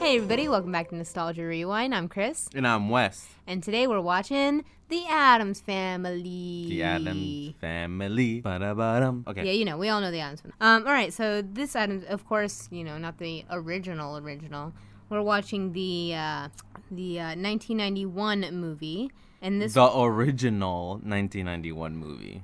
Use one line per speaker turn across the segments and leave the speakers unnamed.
Hey everybody, welcome back to Nostalgia Rewind. I'm Chris,
And I'm Wes,
and today we're watching The Adams Family.
the Adams Family. Ba-da-ba-dum. Okay.
Yeah, you know, we all know The Adams Family. Um, all right, so this Adams, of course, you know, not the original original. We're watching the uh, the uh, 1991 movie, and this
The original 1991 movie.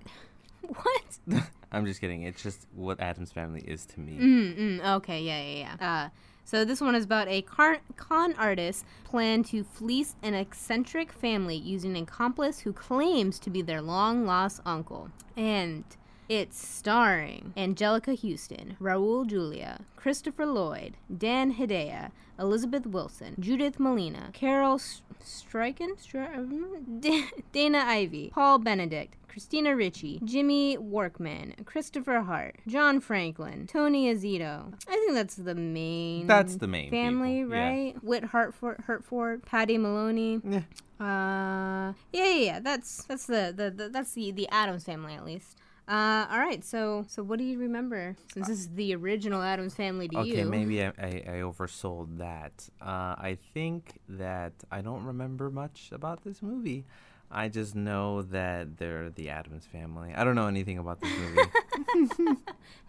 what?
I'm just kidding. It's just what Adam's Family is to me.
Mm, okay, yeah, yeah, yeah. Uh, so this one is about a car- con artist plan to fleece an eccentric family using an accomplice who claims to be their long lost uncle. And it's starring Angelica Houston, Raul Julia, Christopher Lloyd, Dan Hedaya, Elizabeth Wilson, Judith Molina, Carol S- Striken, Stri- Da- Dana Ivy, Paul Benedict, Christina Ricci, Jimmy Workman, Christopher Hart, John Franklin, Tony Azzito. I think that's the main.
That's the main
family,
people, yeah.
right? Whit Hartford, Hartford, Patty Maloney.
Yeah.
Uh, yeah, yeah, yeah. That's that's the, the, the that's the the Adams family at least. Uh, all right. So so what do you remember? Since this is the original Adams family to
Okay,
you.
maybe I, I, I oversold that. Uh, I think that I don't remember much about this movie. I just know that they're the Adams Family. I don't know anything about this movie.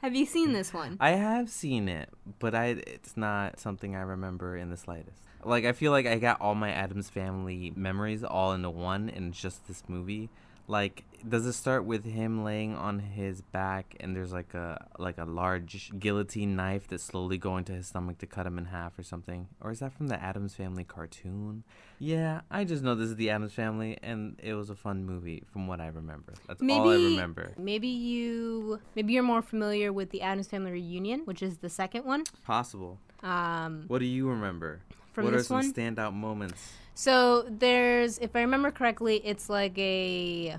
Have you seen this one?
I have seen it, but I it's not something I remember in the slightest. Like I feel like I got all my Adams family memories all into one in just this movie. Like does it start with him laying on his back and there's like a like a large guillotine knife that's slowly going to his stomach to cut him in half or something? Or is that from the Adams family cartoon? Yeah, I just know this is the Adams family and it was a fun movie from what I remember. That's all I remember.
Maybe you maybe you're more familiar with the Adams Family reunion, which is the second one.
Possible.
Um,
What do you remember?
From
what
this
are
one?
some standout moments?
so there's, if I remember correctly, it's like a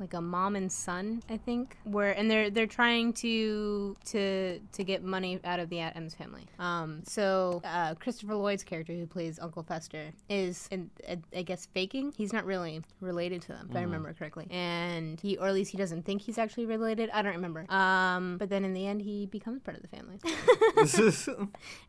like a mom and son, I think, where and they're they're trying to to to get money out of the Adams family. Um, so uh, Christopher Lloyd's character, who plays Uncle Fester, is in, I- I guess faking. He's not really related to them, if I remember correctly, and he or at least he doesn't think he's actually related. I don't remember. Um, but then in the end, he becomes part of the family.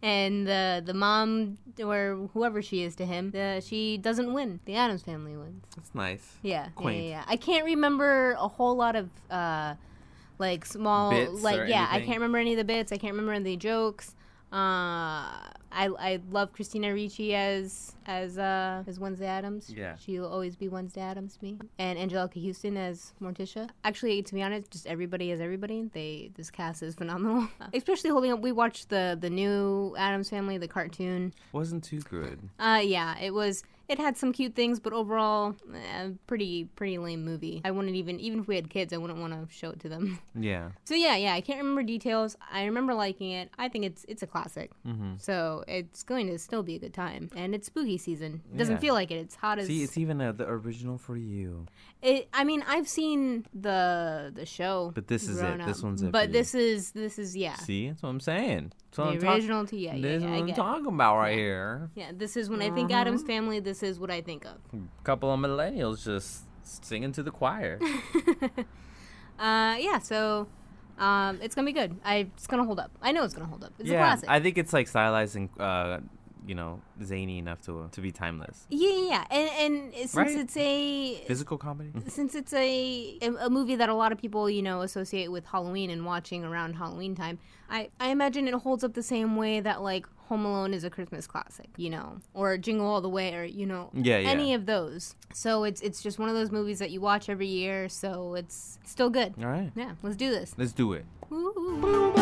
and the the mom or whoever she is to him, the, she doesn't win. The Adams family wins.
That's nice.
Yeah, yeah,
Quaint.
yeah, yeah. I can't remember a whole lot of uh, like small
Bits
like
or
yeah. I
anything?
can't remember any of the bits. I can't remember any of the jokes. Uh, I I love Christina Ricci as as uh as Wednesday Adams.
Yeah.
she'll always be Wednesday Adams to me. And Angelica Houston as Morticia. Actually, to be honest, just everybody is everybody. They this cast is phenomenal, especially holding up. We watched the the new Adams Family, the cartoon.
Wasn't too good.
Uh, yeah, it was. It had some cute things, but overall, eh, pretty pretty lame movie. I wouldn't even even if we had kids, I wouldn't want to show it to them.
Yeah.
So yeah, yeah, I can't remember details. I remember liking it. I think it's it's a classic. Mm-hmm. So it's going to still be a good time, and it's spooky season. It doesn't
Yeah.
feel like it. It's hot as
See, it's even uh the original for you.
it, I mean, I've seen the the show,
But this is it.
grown
This one's it for
But
you.
this is this is yeah,
See, that's what I'm saying. That's what I'm
the
talk-
original to yeah, yeah,
This Mm-hmm. is
yeah,
what
I
I'm
get it.
talking about right here.
yeah. This is when I think Adam's Family. This is what I think of.
couple of millennials just singing to the choir.
Uh, yeah, so um, it's gonna be good. I, it's gonna hold up. I know it's gonna hold up. It's a classic.
I think it's like stylized and uh, you know zany enough to to be timeless.
yeah, yeah, yeah. And and since
Right?
it's a
Physical comedy. Mm-hmm.
since it's a a movie that a lot of people you know associate with Halloween and watching around Halloween time, I I imagine it holds up the same way that like Home Alone is a Christmas classic, you know, or Jingle All the Way, or you know,
Yeah, yeah.
any of those. So it's it's just one of those movies that you watch every year. So it's still good.
All right,
Yeah, let's do this.
let's do it.
Ooh.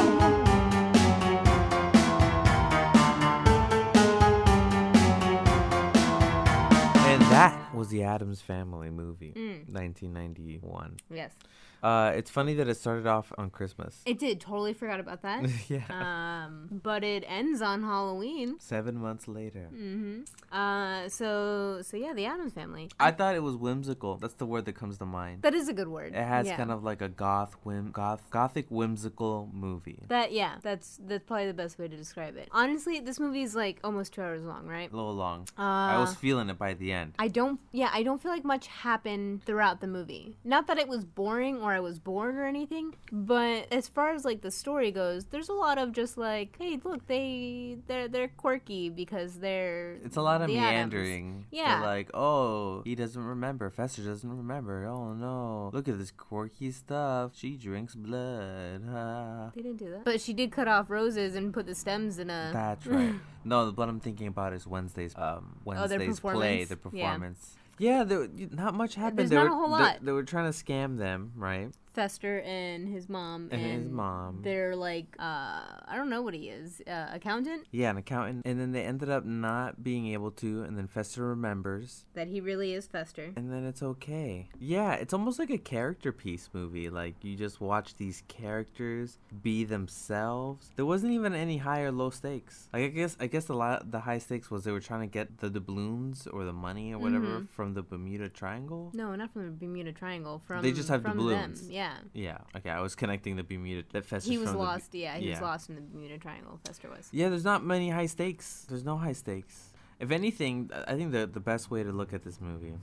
And that was the Adams Family movie,
Mm.
1991.
Yes,
Uh, it's funny that it started off on Christmas.
it did. Totally forgot about that.
yeah.
Um, but it ends on Halloween.
Seven months later.
Mm. Uh, so so yeah, the Adams Family.
I thought it was whimsical. That's the word that comes to mind.
That is a good word.
It has
yeah.
kind of like a goth whim, goth, gothic whimsical movie.
that. Yeah, that's that's probably the best way to describe it. Honestly, this movie is like almost two hours long, right? Uh,
A little long. I was feeling it by the end.
I don't. Yeah, I don't feel like much happened throughout the movie. Not that it was boring or where I was born or anything. But as far as like the story goes, there's a lot of just like, hey, look, they they're they're quirky because they're
It's a lot of
the Addams.
meandering. They're
Yeah.
like, oh, he doesn't remember. Fester doesn't remember. Oh no. Look at this quirky stuff. She drinks blood. Ah.
They didn't do that. But she did cut off roses and put the stems in a.
That's right. no, what I'm thinking about is Wednesday's um
Oh, their
Wednesday's play,
performance.
the
Yeah.
performance. Yeah, there, y- not much happened.
there's
they
not a
were,
whole
they-
lot.
They, were trying to scam them, right?
Fester and his mom
And his mom.
They're like, uh, I don't know what he is, uh, accountant.
Yeah, an accountant, and then they ended up not being able to, and then Fester remembers,
That he really is Fester.
and then it's okay. Yeah, it's almost like a character piece movie. Like you just watch these characters be themselves. There wasn't even any high or low stakes. Like I guess I guess the lot the high stakes was they were trying to get the doubloons or the money or whatever
Mm-hmm.
from the Bermuda Triangle.
No, not from the Bermuda Triangle. From
They just have
from
doubloons.
Them. Yeah.
Yeah. Okay, I was connecting the Bermuda that Fester's
He was
from the Bu-
lost. yeah, he was
yeah.
lost in the Bermuda Triangle. Fester was.
Yeah, there's not many high stakes. There's no high stakes. If anything, th- I think the the best way to look at this movie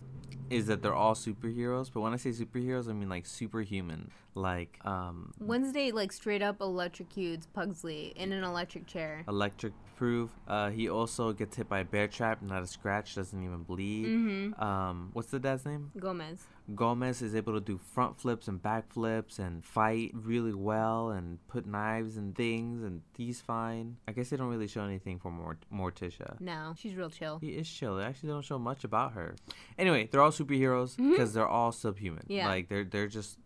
is that they're all superheroes. But when I say superheroes, I mean like superhuman. Like um,
Wednesday, like straight up electrocutes Pugsley in an electric chair.
electric proof. Uh, he also gets hit by a bear trap, not a scratch, doesn't even bleed.
Mm-hmm.
Um, what's the dad's name?
Gomez.
Gomez is able to do front flips and back flips and fight really well and put knives and things and he's fine. I guess they don't really show anything for Mort- Morticia.
No, she's real chill.
He is chill. They actually don't show much about her. Anyway, they're all superheroes because they're all subhuman.
Mm-hmm. Yeah.
Like they're they're just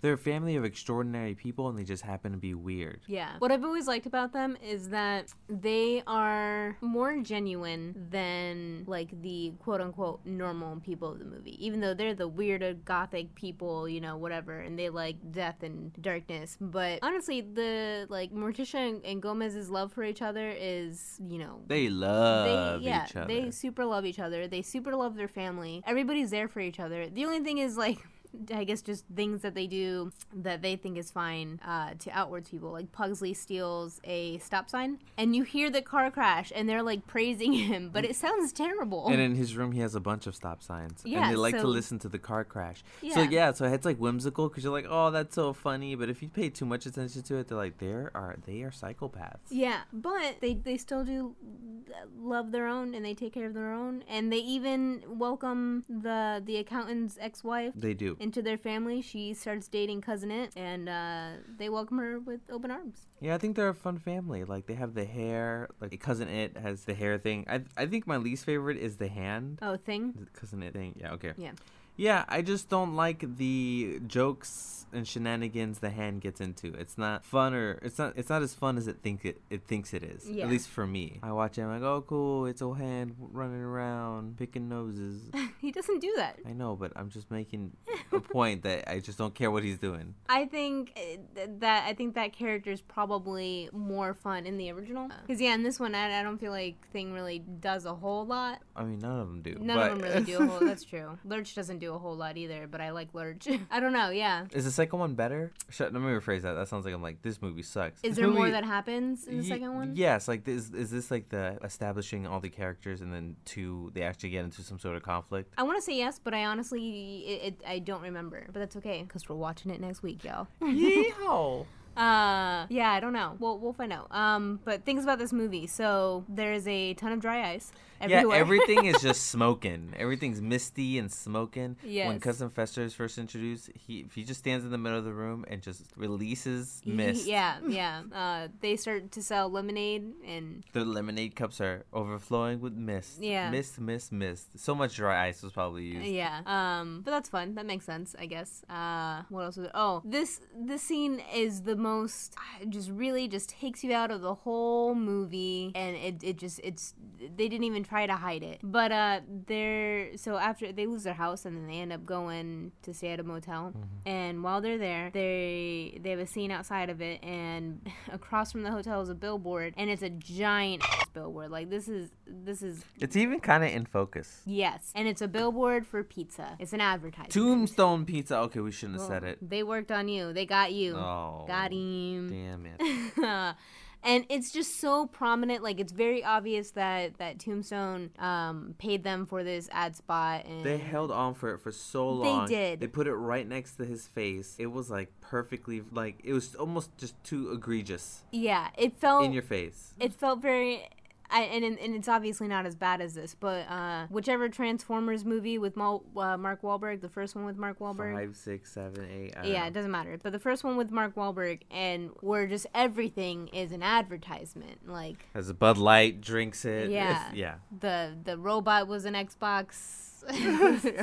they're a family of extraordinary people and they just happen to be weird.
Yeah. What I've always liked about them is that they are more genuine than like the quote unquote normal people of the movie. Even though they're the weirdo gothic people, you know, whatever, and they like death and darkness. But honestly, the like Morticia and, and Gomez's love for each other is, you know,
They
they
love
yeah
each other.
they super love each other they super love their family everybody's there for each other the only thing is like I guess just things that they do that they think is fine uh, to outwards people. Like Pugsley steals a stop sign, and you hear the car crash, and they're like praising him, but it sounds terrible.
and in his room, he has a bunch of stop signs.
Oh. Yeah,
and they like
so-
to listen to the car crash. So,
Yeah.
yeah, so it's like whimsical because you're like, oh, that's so funny. But if you pay too much attention to it, they're like, there are they are psychopaths.
Yeah, but they they still do uh, love their own, and they take care of their own, and they even welcome the the accountant's ex wife
They do.
into their family. She starts dating cousin it, and uh, they welcome her with open arms.
Yeah, I think they're a fun family. Like they have the hair. Like cousin it has the hair thing. I I think my least favorite is the hand.
Oh, thing.
Cousin it thing. Yeah. Okay.
Yeah.
Yeah, I just don't like the jokes and shenanigans the hand gets into. It's not fun or it's not it's not as fun as it think it, it thinks it is.
Yeah.
At least for me. I watch it I'm like, "Oh cool, it's old hand running around picking noses."
he doesn't do that.
I know, but I'm just making a point that I just don't care what he's doing.
I think uh, th- that I think that character is probably more fun in the original. Because yeah, in this one, I, I don't feel like Thing really does a whole lot.
I mean, none of them do.
None
but
of them really do a whole. That's true. Lurch doesn't do a whole lot either. But I like Lurch. I don't know. Yeah.
Is the second one better? Shut, let me rephrase that. That sounds like I'm like this movie sucks.
Is
This
there more
movie-
that happens in the
Ye-
second one?
Yes, like is is this like the establishing all the characters and then two they actually get into some sort of conflict?
I want to say yes, but I honestly, it, it, I don't remember. But that's okay, because we're watching it next week, y'all.
Yeehaw!
Uh, yeah, I don't know. We'll we'll find out. Um, but things about this movie. So there is a ton of dry ice
Yeah,
everywhere.
everything is just smoking. Everything's misty and smoking. When
Yes.
Cousin Fester is first introduced, he he just stands in the middle of the room and just releases
He-
mist.
Yeah, yeah. Uh, they start to sell lemonade, and
The lemonade cups are overflowing with mist.
Yeah.
Mist, mist, mist. So much dry ice was probably used.
yeah. Um, but that's fun. That makes sense, I guess. Uh, what else was it? Oh, this this scene is the most it just really just takes you out of the whole movie, and it it just it's they didn't even try to hide it. But uh, they're so after they lose their house, and then they end up going to stay at a motel. And while they're there, they they have a scene outside of it, and across from the hotel is a billboard, and it's a giant billboard. Like this is this is
It's even kind of in focus.
Yes, and it's a billboard for pizza. It's an advertisement.
Tombstone pizza. Okay, we shouldn't have said it.
They worked on you. They got you.
Oh.
Got him.
Damn it.
and it's just so prominent. Like it's very obvious that that Tombstone um, paid them for this ad spot, and
They held on for it for so long.
did.
They put it right next to his face. It was like perfectly like it was almost just too egregious
yeah, it felt
in your face.
it felt very I, and and it's obviously not as bad as this, but uh, whichever Transformers movie with Mal, uh, Mark Wahlberg, the first one with Mark Wahlberg,
Five, six, seven, eight. I don't
yeah,
know.
it doesn't matter. But the first one with Mark Wahlberg, and where just everything is an advertisement, like
Has a Bud Light, drinks it.
Yeah.
It's- yeah.
the the robot was an Xbox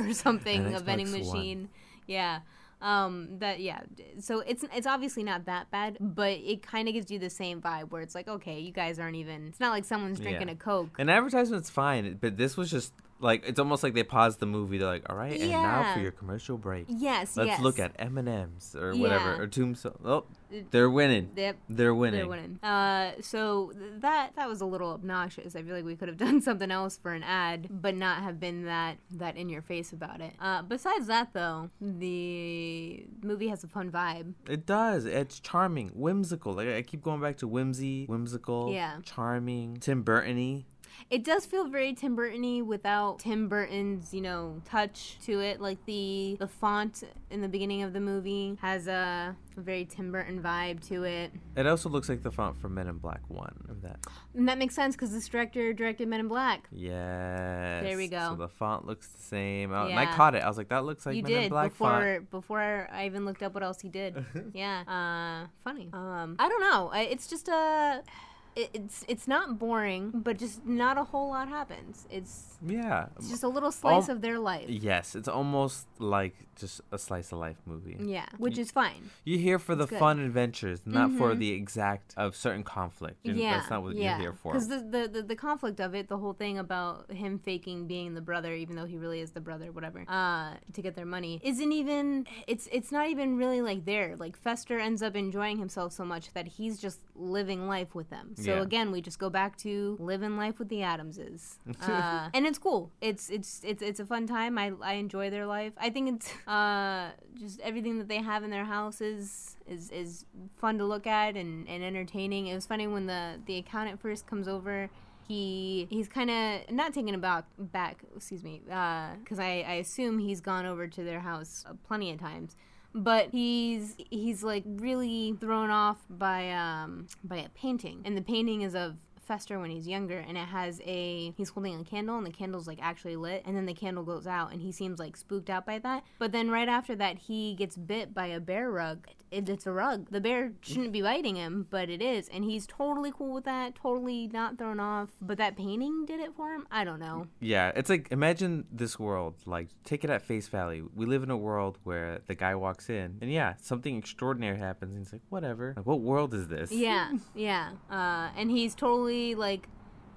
or something,
An
a vending
Xbox One.
machine. Yeah. Um that yeah. So it's it's obviously not that bad, but it kind of gives you the same vibe where it's like, okay, you guys aren't even It's not like someone's drinking
Yeah.
a Coke.
An advertisement's fine, but this was just like it's almost like they paused the movie. They're like, all right, and now for
Yeah.
your commercial break.
yes,
Let's
yes.
look at M and M's or whatever
Yeah.
or Tombstone. Oh,
It-
they're winning.
Yep.
They're winning.
They're winning. Uh, so th- that that was a little obnoxious. I feel like we could have done something else for an ad, but not have been that that in your face about it. Uh, besides that, though, the movie has a fun vibe.
It does. It's charming, whimsical. Like I keep going back to whimsy, whimsical,
Yeah.
charming, Tim Burton-y.
It does feel very Tim Burton-y without Tim Burton's, you know, touch to it. Like the the font in the beginning of the movie has a very Tim Burton vibe to it.
It also looks like the font from Men in Black One. Remember that?
And that makes sense because this director directed Men in Black.
Yes.
we
So
go.
the font looks the same. Oh, And I
Yeah.
caught it. I was like, that looks like
you
Men in
did
Black font.
before before I even looked up what else he did. yeah, uh, funny. Um, I don't know. I, it's just a. it- It's it's not boring, but just not a whole lot happens. It's,
Yeah.
it's just a little slice
Al-
of their life.
Yes, it's almost like just a slice of life movie.
Yeah, which is fine.
You're here for the
Mm. good. Mm-hmm.
fun adventures, not for the exact of certain conflict. You're-
yeah,
that's not what
yeah.
you're here for.
Because the, the, the, the conflict of it, the whole thing about him faking being the brother, even though he really is the brother, whatever, uh, to get their money, isn't even. It's it's not even really like there. Like Fester ends up enjoying himself so much that he's just living life with them. So
Yeah.
again, we just go back to living life with the Adamses, uh, and it's cool. It's it's it's it's a fun time. I I enjoy their life. I think it's uh just everything that they have in their houses is is fun to look at and and entertaining. It was funny when the the accountant first comes over. He he's kind of not taken aback back. Excuse me, because I I assume he's gone over to their house plenty of times but he's he's like really thrown off by um by a painting and the painting is of Fester when he's younger and it has a he's holding a candle and the candle's like actually lit and then the candle goes out and he seems like spooked out by that but then right after that he gets bit by a bear rug it, it's a rug the bear shouldn't be biting him but it is and he's totally cool with that totally not thrown off but that painting did it for him I don't know
Yeah, it's like imagine this world. Like, take it at face value. We live in a world where the guy walks in, and yeah, something extraordinary happens, and he's like, "Whatever." Like, what world is this?
Yeah, yeah. Uh, and he's totally like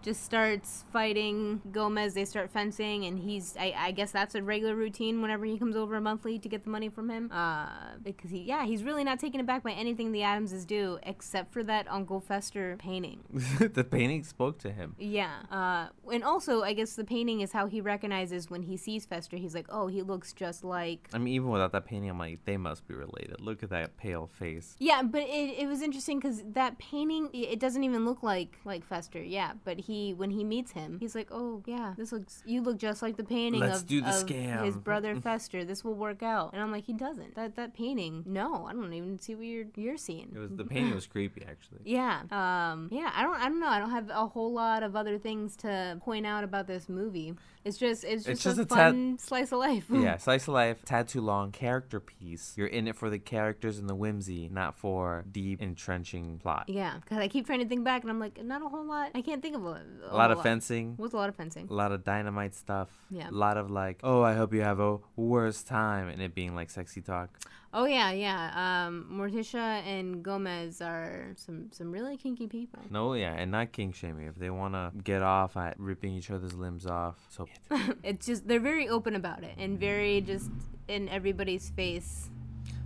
just starts fighting Gomez. They start fencing, and he's I, I guess that's a regular routine whenever he comes over monthly to get the money from him. Uh, because he yeah he's really not taken aback by anything the Adamses do except for that Uncle Fester painting.
the painting spoke to him.
Yeah. Uh, and also I guess the painting is how he recognizes when he sees Fester. He's like, oh, he looks just like
I mean, even without that painting, I'm like, they must be related. Look at that pale face.
Yeah, but it, it was interesting because that painting i- it doesn't even look like like Fester. Yeah, but he when he meets him, he's like, oh yeah, this looks you look just like the painting
Let's
of,
do the
of
scam."
his brother Fester. This will work out. And I'm like, he doesn't. That that painting, no, I don't even see what you're you're seeing.
It was the painting was creepy, actually.
Yeah. Um, yeah, I don't I don't know. I don't have a whole lot of other things to point out about this movie. It's just it's just,
It's just
a,
a tad-
fun slice of life.
yeah, slice of life, tattoo long character piece. You're in it for the characters and the whimsy, not for deep entrenching plot.
Yeah, because I keep trying to think back, and I'm like, not a whole lot. I can't think of a,
A lot
whole
of fencing.
What's a lot of fencing?
a lot of dynamite stuff.
Yeah.
A lot of like, oh, I hope you have a worse time, and it being like sexy talk.
Oh yeah, yeah. Um, Morticia and Gomez are some some really kinky people.
No, yeah, and not king shaming. If they wanna get off at ripping each other's limbs off, so
it's just they're very open about it and very just in everybody's face.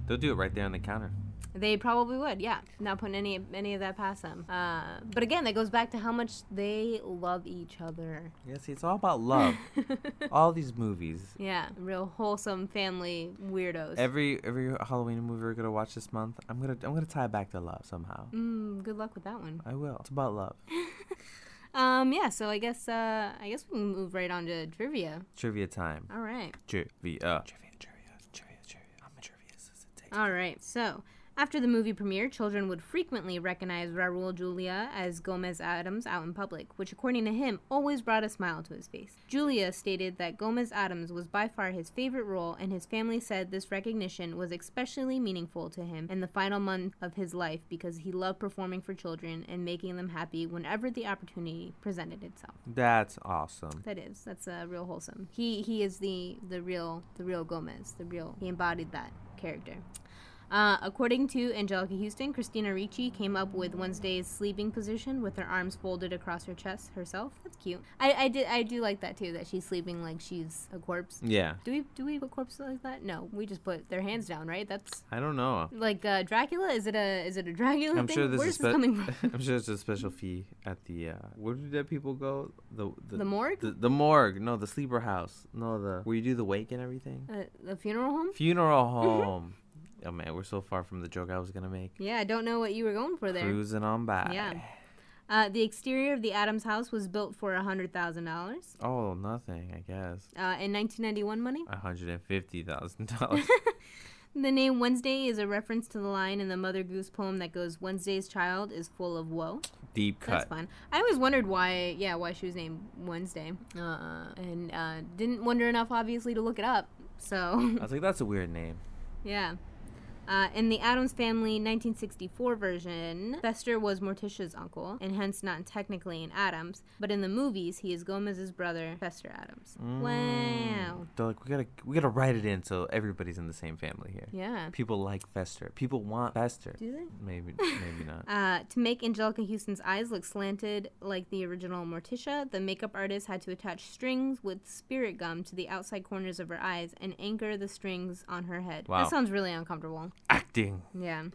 they'll do it right there on the counter.
They probably would, yeah. Not putting any any of that past them. Uh, but again, that goes back to how much they love each other.
Yeah, see, it's all about love. all these movies.
yeah, real wholesome family weirdos.
Every every Halloween movie we're gonna watch this month, I'm gonna I'm gonna tie it back to love somehow.
mm, good luck with that one.
I will. It's about love.
Um, yeah. So I guess uh, I guess we can move right on to trivia.
Trivia time.
All right.
Trivia. Trivia. Trivia. Trivia. Trivia. I'm a trivia assistant. Take
All right. So, after the movie premiere, children would frequently recognize Raul Julia as Gomez Adams out in public, which, according to him, always brought a smile to his face. Julia stated that Gomez Adams was by far his favorite role, and his family said this recognition was especially meaningful to him in the final month of his life because he loved performing for children and making them happy whenever the opportunity presented itself.
That's awesome.
That is. That's uh, real wholesome. He he is the the real the real Gomez. The real he embodied that character. Uh, according to Angelica Houston, Christina Ricci came up with Wednesday's sleeping position with her arms folded across her chest herself. That's cute. I, I did I do like that too. That she's sleeping like she's a corpse.
Yeah.
Do we do we have a corpse like that? No, we just put their hands down, right? That's
I don't know.
like uh, Dracula. Is it a is it a Dracula
I'm
thing?
sure this
Oh, Where's
is spe-
this coming from?
I'm sure it's a special fee at the uh, where do dead people go? The the,
The morgue?
The, the morgue. No, the sleeper house. No, the where you do the wake and everything.
Uh, the funeral home?
Funeral
Mm-hmm.
home. oh man, we're so far from the joke I was gonna make.
Yeah, I don't know what you were going for there.
Cruising on by.
Yeah. Uh, the exterior of the Adams house was built for $100,000
Oh, nothing. I guess
uh, in 1991 money.
a hundred and fifty thousand dollars.
The name Wednesday is a reference to the line in the Mother Goose poem that goes, Wednesday's child is full of woe.
Deep
That's
cut.
fun. I always wondered why, yeah, why she was named Wednesday. Uh, and uh, didn't wonder enough, obviously, to look it up. So,
I was like, that's a weird name.
yeah. Uh, in the Adams Family 1964 version, Fester was Morticia's uncle, and hence not technically an Adams, but in the movies, he is Gomez's brother, Fester Adams. Wow.
They're like, we gotta we gotta write it in so everybody's in the same family here.
Yeah.
People like Fester. People want Fester.
Do they?
Maybe maybe not.
Uh, to make Angelica Houston's eyes look slanted like the original Morticia, the makeup artist had to attach strings with spirit gum to the outside corners of her eyes and anchor the strings on her head.
Wow.
That sounds really uncomfortable.
Acting.
Yeah.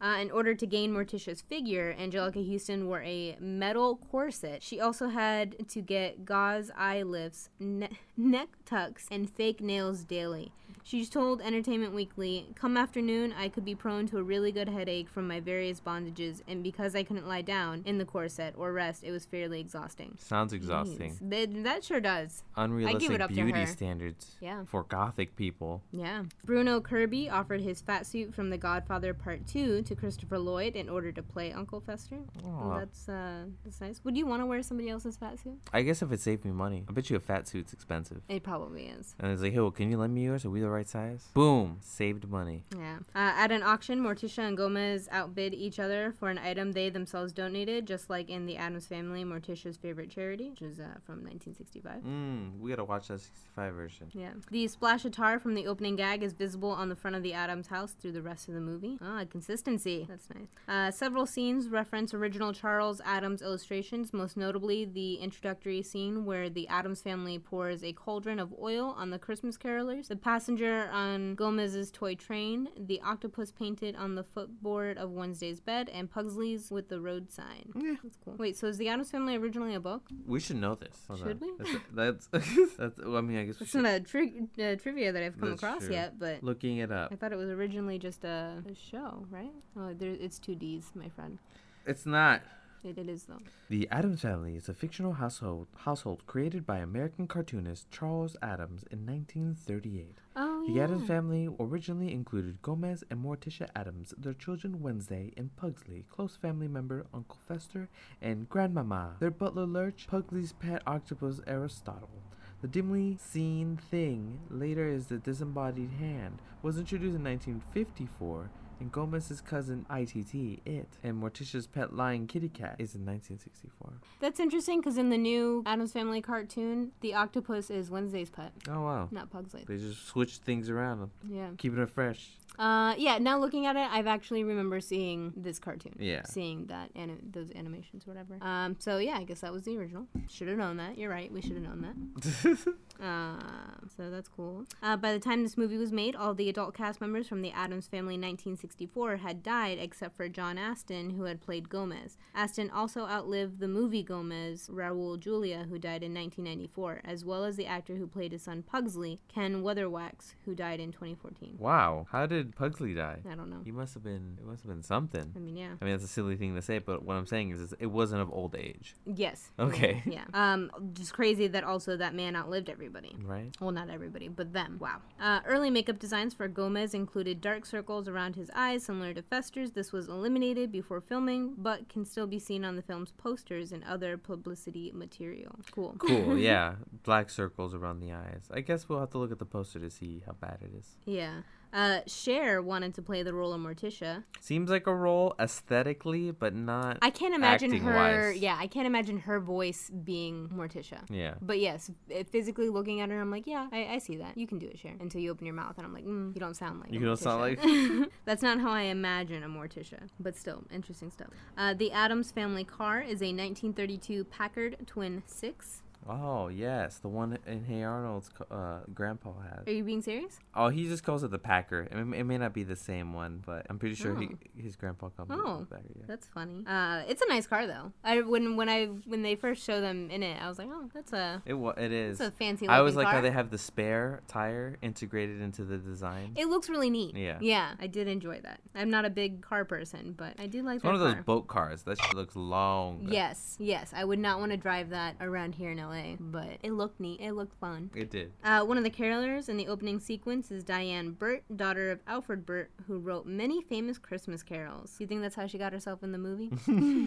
Uh, in order to gain Morticia's figure, Angelica Houston wore a metal corset. She also had to get gauze eye lifts, ne- neck tucks, and fake nails daily. She's told Entertainment Weekly, Come afternoon, I could be prone to a really good headache from my various bondages, and because I couldn't lie down in the corset or rest, it was fairly exhausting.
Sounds exhausting.
Jeez. That- that sure does.
Unrealistic
up to
beauty
her.
standards
Yeah.
for gothic people.
Yeah. Bruno Kirby offered his fat suit from The Godfather Part 2 to Christopher Lloyd in order to play Uncle Fester.
Aw.
That's uh that's nice. Would you want to wear somebody else's fat suit?
I guess if it saved me money, I bet you a fat suit's expensive.
It probably is.
And it's like, hey, well, can you lend me yours? Are we the right size? Boom, saved money.
Yeah. Uh, at an auction, Morticia and Gomez outbid each other for an item they themselves donated, just like in The Addams Family, Morticia's favorite charity, which is uh, from 1965.
Mm, we gotta watch that 65 version.
Yeah. The splash guitar from the opening gag is visible on the front of the Adams house through the rest of the movie. Ah, consistency. That's nice. Uh, several scenes reference original Charles Adams illustrations, most notably the introductory scene where the Adams family pours a cauldron of oil on the Christmas carolers, the passenger on Gomez's toy train, the octopus painted on the footboard of Wednesday's bed, and Pugsley's with the road sign.
Yeah.
That's cool. Wait, so is the Adams family originally a book?
We should know this. Hold
Should we?
That's, that's, that's well, I mean, I guess we
That's
should.
not a tri- uh, trivia that I've come
That's
across
true.
yet, but
Looking it up.
I thought it was originally just a, a show, right? Oh, there, it's two D's, my friend.
It's not.
It, it is though.
The Adams Family is a fictional household household created by American cartoonist Charles Adams in 1938.
Oh
The
yeah.
Adams family originally included Gomez and Morticia Adams, their children Wednesday and Pugsley, close family member Uncle Fester, and Grandmama, their butler Lurch, Pugsley's pet octopus Aristotle. The dimly seen thing, later is the disembodied hand, was introduced in 1954, and Gomez's cousin ITT, it, and Morticia's pet lion kitty cat is in 1964.
That's interesting because in the new Adams Family cartoon, the octopus is Wednesday's pet,
Oh wow.
not Pugsley.
They just switched things around,
Yeah.
keeping it fresh.
Uh, yeah. Now looking at it, I've actually remember seeing this cartoon.
Yeah.
Seeing that anim- those animations or whatever. Um. So yeah, I guess that was the original. Should have known that. You're right. We should have known that. Um, so that's cool. Uh, by the time this movie was made, all the adult cast members from the Adams Family in 1964 had died, except for John Aston, who had played Gomez. Aston also outlived the movie Gomez, Raul Julia, who died in 1994, as well as the actor who played his son Pugsley, Ken Weatherwax, who died in 2014.
wow. How did Pugsley die?
I don't know.
He must have been. It must have been
I
something.
mean, yeah.
I mean, that's a silly thing to say, but what I'm saying is, is it wasn't of old age,
Yes.
Okay.
Yeah. Um, just crazy that also that man outlived everybody.
right?
Well, not everybody, but them. Wow. Uh, early makeup designs for Gomez included dark circles around his eyes, similar to Fester's. This was eliminated before filming, but can still be seen on the film's posters and other publicity material. Cool.
Cool. yeah. Black circles around the eyes. I guess we'll have to look at the poster to see how bad it is.
Yeah. Uh, Cher wanted to play the role of Morticia.
Seems like a role aesthetically, but not.
I can't imagine
Acting
her.
wise.
Yeah, I can't imagine her voice being Morticia.
yeah.
But yes, eh, physically looking at her, I'm like, yeah, I, I see that. You can do it, Cher. Until you open your mouth, and I'm like, mm, you don't sound like
You
a
don't sound
Morticia. That's not how I imagine a Morticia. But still, interesting stuff. Uh, the Adams family car is a 1932 Packard Twin Six.
Oh yes, the one in Hey Arnold's co- uh, grandpa
Are
has.
you being serious?
Oh, he just calls it the Packer. It, may- it may not be the same one, but I'm pretty sure
Oh.
he, his grandpa called it
Oh.
the Packer. Yeah.
That's funny. Uh, it's a nice car though. I when when I when they first show them in it, I was like, oh, that's a
It wa- it is.
that's a fancy.
I always
looking
like how
car.
they have the spare tire integrated into the design.
It looks really neat.
Yeah.
Yeah, I did enjoy that. I'm not a big car person, but I do like
it's
that
one of those
car.
boat cars. That shit looks long.
Yes, yes. I would not want to drive that around here in LA, but it looked neat. It looked fun.
It did.
Uh, one of the carolers in the opening sequence is Diane Burt, daughter of Alfred Burt, who wrote many famous Christmas carols. Do you think that's how she got herself in the movie?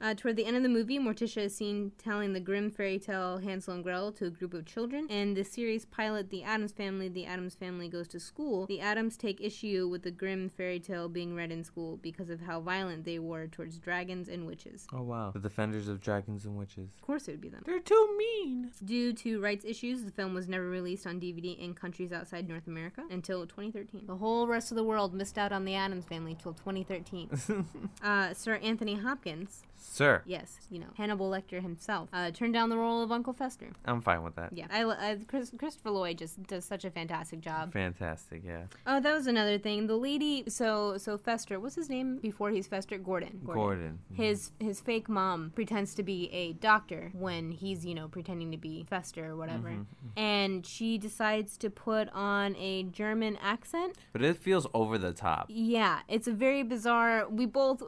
uh, toward the end of the movie, Morticia is seen telling the grim fairy tale Hansel and Gretel to a group of children. In the series pilot, The Adams Family, The Adams Family Goes to School, the Adams take issue with the grim fairy tale being read in school because of how violent they were towards dragons and witches.
Oh wow. The defenders of dragons and witches.
Of course, it would be them.
They're too mean.
Due to rights issues, the film was never released on DVD in countries outside North America until 2013. The whole rest of the world missed out on the Adams family till 2013. uh, Sir Anthony Hopkins,
Sir,
yes, you know, Hannibal Lecter himself, uh, turned down the role of Uncle Fester.
I'm fine with that.
Yeah, I, lo- I, Chris, Christopher Lloyd just does such a fantastic job.
Fantastic. Yeah.
Oh, that was another thing. The lady, so so Fester, what's his name before he's Fester? Gordon.
Gordon.
His his fake mom pretends to be a doctor when he's you know pretending to be Fester or whatever, and she decides to put on a German accent.
But it feels over the top.
Yeah, it's a very bizarre. We both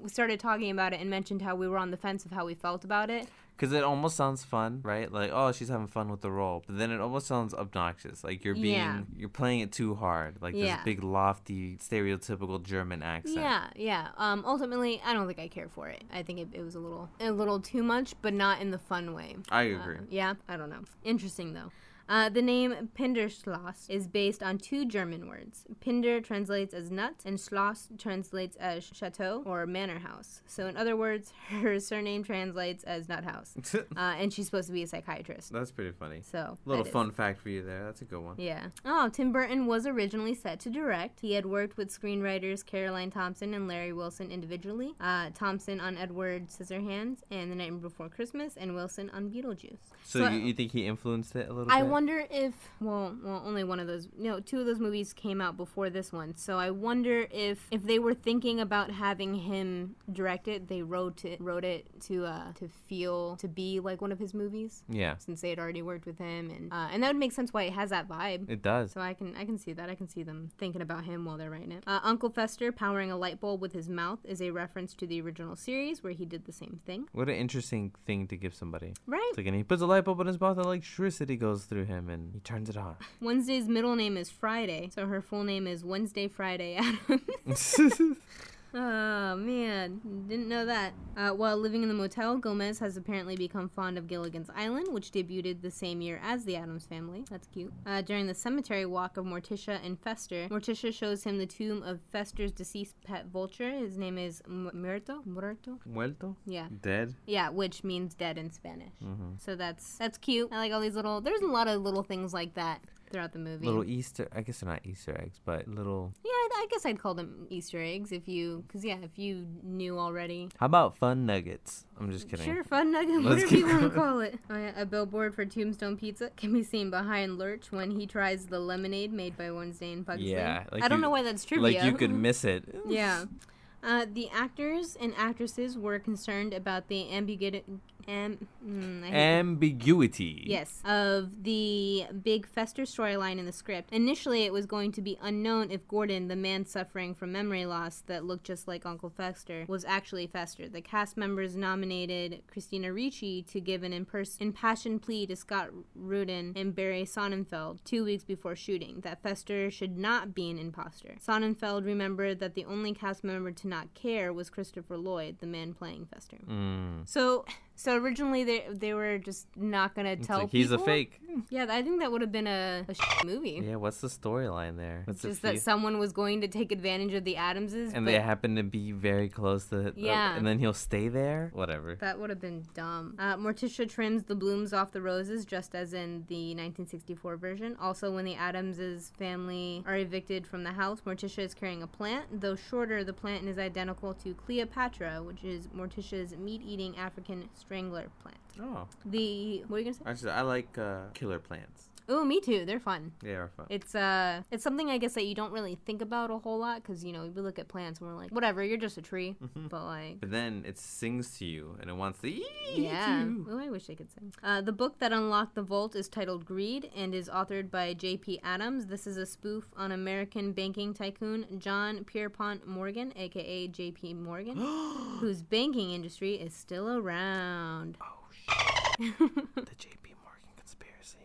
we started talking about it and mentioned how we were on the fence of how we felt about it.
Because it almost sounds fun, right? Like, oh, she's having fun with the role. But then it almost sounds obnoxious. Like you're being,
Yeah.
you're playing it too hard. Like
Yeah.
this big, lofty, stereotypical German accent.
Yeah, yeah. Um, ultimately, I don't think I care for it. I think it, it was a little a little too much, but not in the fun way.
I agree.
Uh, yeah, I don't know. Interesting though. Uh, the name Pinderschloss is based on two German words. Pinder translates as nut, and Schloss translates as chateau or manor house. So, in other words, her surname translates as nut house. Uh, and she's supposed to be a psychiatrist.
That's pretty funny.
So,
Little
that is-
fun fact for you there. That's a good one.
yeah. Oh, Tim Burton was originally set to direct. He had worked with screenwriters Caroline Thompson and Larry Wilson individually, uh, Thompson on Edward Scissorhands and The Night Before Christmas, and Wilson on Beetlejuice.
So, you, you think he influenced it a little
I
bit?
wonder if well, well, only one of those. No, two of those movies came out before this one. So I wonder if if they were thinking about having him direct it, they wrote it wrote it to uh, to feel to be like one of his movies,
Yeah,
since they had already worked with him, and uh, and that would make sense why it has that vibe.
it does.
So I can I can see that I can see them thinking about him while they're writing it. Uh, Uncle Fester powering a light bulb with his mouth is a reference to the original series where he did the same thing,
What an interesting thing to give somebody.
right?
It's like, and he puts a light bulb in his mouth, and electricity goes through him, and he turns it on.
Wednesday's middle name is Friday, so her full name is Wednesday Friday Adams. oh man, didn't know that. Uh, while living in the motel, Gomez has apparently become fond of Gilligan's Island, which debuted the same year as The Adams Family. That's cute. Uh, during the cemetery walk of Morticia and Fester, Morticia shows him the tomb of Fester's deceased pet vulture. His name is M- Muerto. Muerto.
Muerto?
Yeah.
Dead?
Yeah, which means dead in Spanish. So that's that's cute. I like all these little. There's a lot of little things like that throughout the movie.
little Easter. I guess they're not Easter eggs, but little.
yeah, I, I guess I'd call them Easter eggs if you, because yeah, if you knew already.
How about fun nuggets? I'm just kidding.
Sure, fun nugget,
Let's
whatever
keep
you want to
going.
call it. Oh, yeah, a billboard for Tombstone Pizza can be seen behind Lurch when he tries the lemonade made by Wednesday and Pugsley.
Yeah, like
I don't
you-
know why that's trivia.
Like you could miss it.
yeah. Uh, the actors and actresses were concerned about the ambiguity. Am- mm, I hate
Ambiguity.
Yes, of the big Fester storyline in the script. Initially, it was going to be unknown if Gordon, the man suffering from memory loss that looked just like Uncle Fester, was actually Fester. The cast members nominated Christina Ricci to give an impers- impassioned plea to Scott Rudin and Barry Sonnenfeld two weeks before shooting that Fester should not be an imposter. Sonnenfeld remembered that the only cast member to not care was Christopher Lloyd, the man playing Fester.
Mm.
So so originally they they were just not gonna
It's
tell.
like, he's a
people?
fake.
Yeah, I think that would have been a, a sh- movie.
Yeah, what's the storyline there? It's
Just that someone was going to take advantage of the Adamses,
and
but
they happen to be very close to.
Yeah.
and then he'll stay there. Whatever.
that would have been dumb. Uh, Morticia trims the blooms off the roses, just as in the 1964 version. Also, when the Adamses family are evicted from the house, Morticia is carrying a plant. Though shorter, the plant is identical to Cleopatra, which is Morticia's meat-eating African strangler plant.
Oh,
The what are you gonna say?
actually, I like uh, killer plants.
Oh, me too. They're fun.
They are fun.
It's uh, it's something I guess that you don't really think about a whole lot because you know we look at plants and we're like, whatever, you're just a tree. But like,
But then it sings to you and it wants to eat
yeah.
you.
Ooh, I wish I could sing. Uh, the book that unlocked the vault is titled Greed and is authored by J.P. Adams. This is a spoof on American banking tycoon John Pierpont Morgan, aka J.P. Morgan, whose banking industry is still around.
Oh, the J.P. Morgan conspiracy.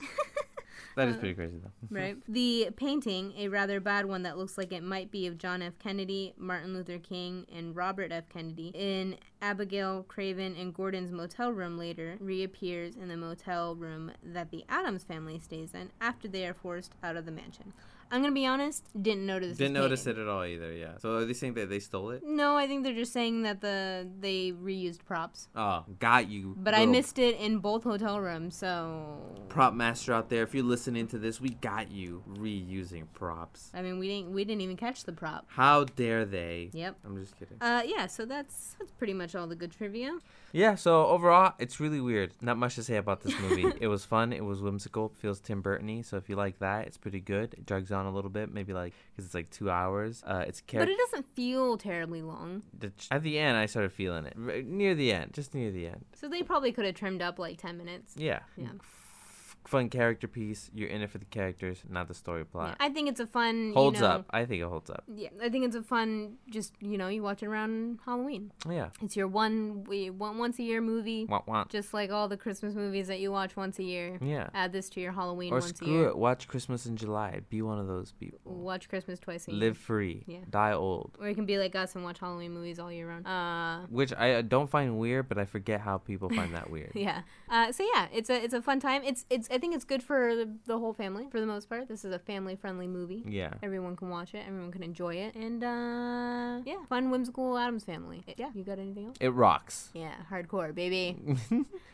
that is pretty
Uh,
crazy, though.
Right. the painting, a rather bad one that looks like it might be of John F. Kennedy, Martin Luther King, and Robert F. Kennedy, in Abigail Craven and Gordon's motel room later, reappears in the motel room that the Adams family stays in after they are forced out of the mansion. I'm gonna be honest, didn't notice. this
Didn't notice
painting.
it at all either. Yeah. So are they saying that they stole it?
No, I think they're just saying that the they reused props.
Oh, got you.
But I
little
missed it in both hotel rooms, so
prop master out there. If you're listening to this, we got you reusing props.
I mean we didn't we didn't even catch the prop.
How dare they?
Yep.
I'm just kidding.
Uh, yeah, so that's that's pretty much all the good trivia.
Yeah, so overall, it's really weird. Not much to say about this movie. it was fun. It was whimsical. Feels Tim Burton-y. So if you like that, it's pretty good. It drags on a little bit, maybe like because it's like two hours. Uh, it's
But
character.
it doesn't feel terribly long.
At the end, I started feeling it R- near the end, just near the end.
So they probably could have trimmed up like 10 minutes.
Yeah.
Yeah.
F- Fun character piece. You're in it for the characters, not the story plot.
I think it's a fun.
Holds
you know,
up. I think it holds up.
Yeah, I think it's a fun. Just you know, you watch it around Halloween.
Yeah.
It's your one, we- one once a year movie,
Want want.
just like all the Christmas movies that you watch once a year.
Yeah.
Add this to your Halloween
Or
once a
screw
year.
it. Watch Christmas in July. Be one of those people.
Watch Christmas twice a year.
Live free.
Yeah.
Die old.
Or you can be like us and watch Halloween movies all year round. Uh,
Which I uh, don't find weird, but I forget how people find that weird.
yeah. Uh, so yeah, it's a it's a fun time. It's it's I think it's good for the, the whole family for the most part. This is a family friendly movie.
Yeah.
Everyone can watch it. Everyone can enjoy it. And uh, yeah, fun, whimsical Adams family. Yeah, you got anything else?
It rocks.
Yeah, hardcore, baby.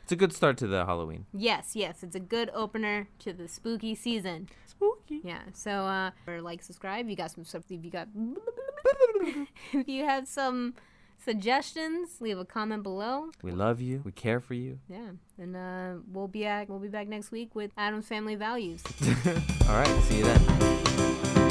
it's a good start to the Halloween.
Yes, yes, it's a good opener to the spooky season.
Spooky.
Yeah, so uh, or like, subscribe. You got some stuff. If you got, if you have some suggestions, leave a comment below.
We love you. We care for you.
Yeah, and uh, we'll be back. We'll be back next week with Adams Family Values.
All right. See you then.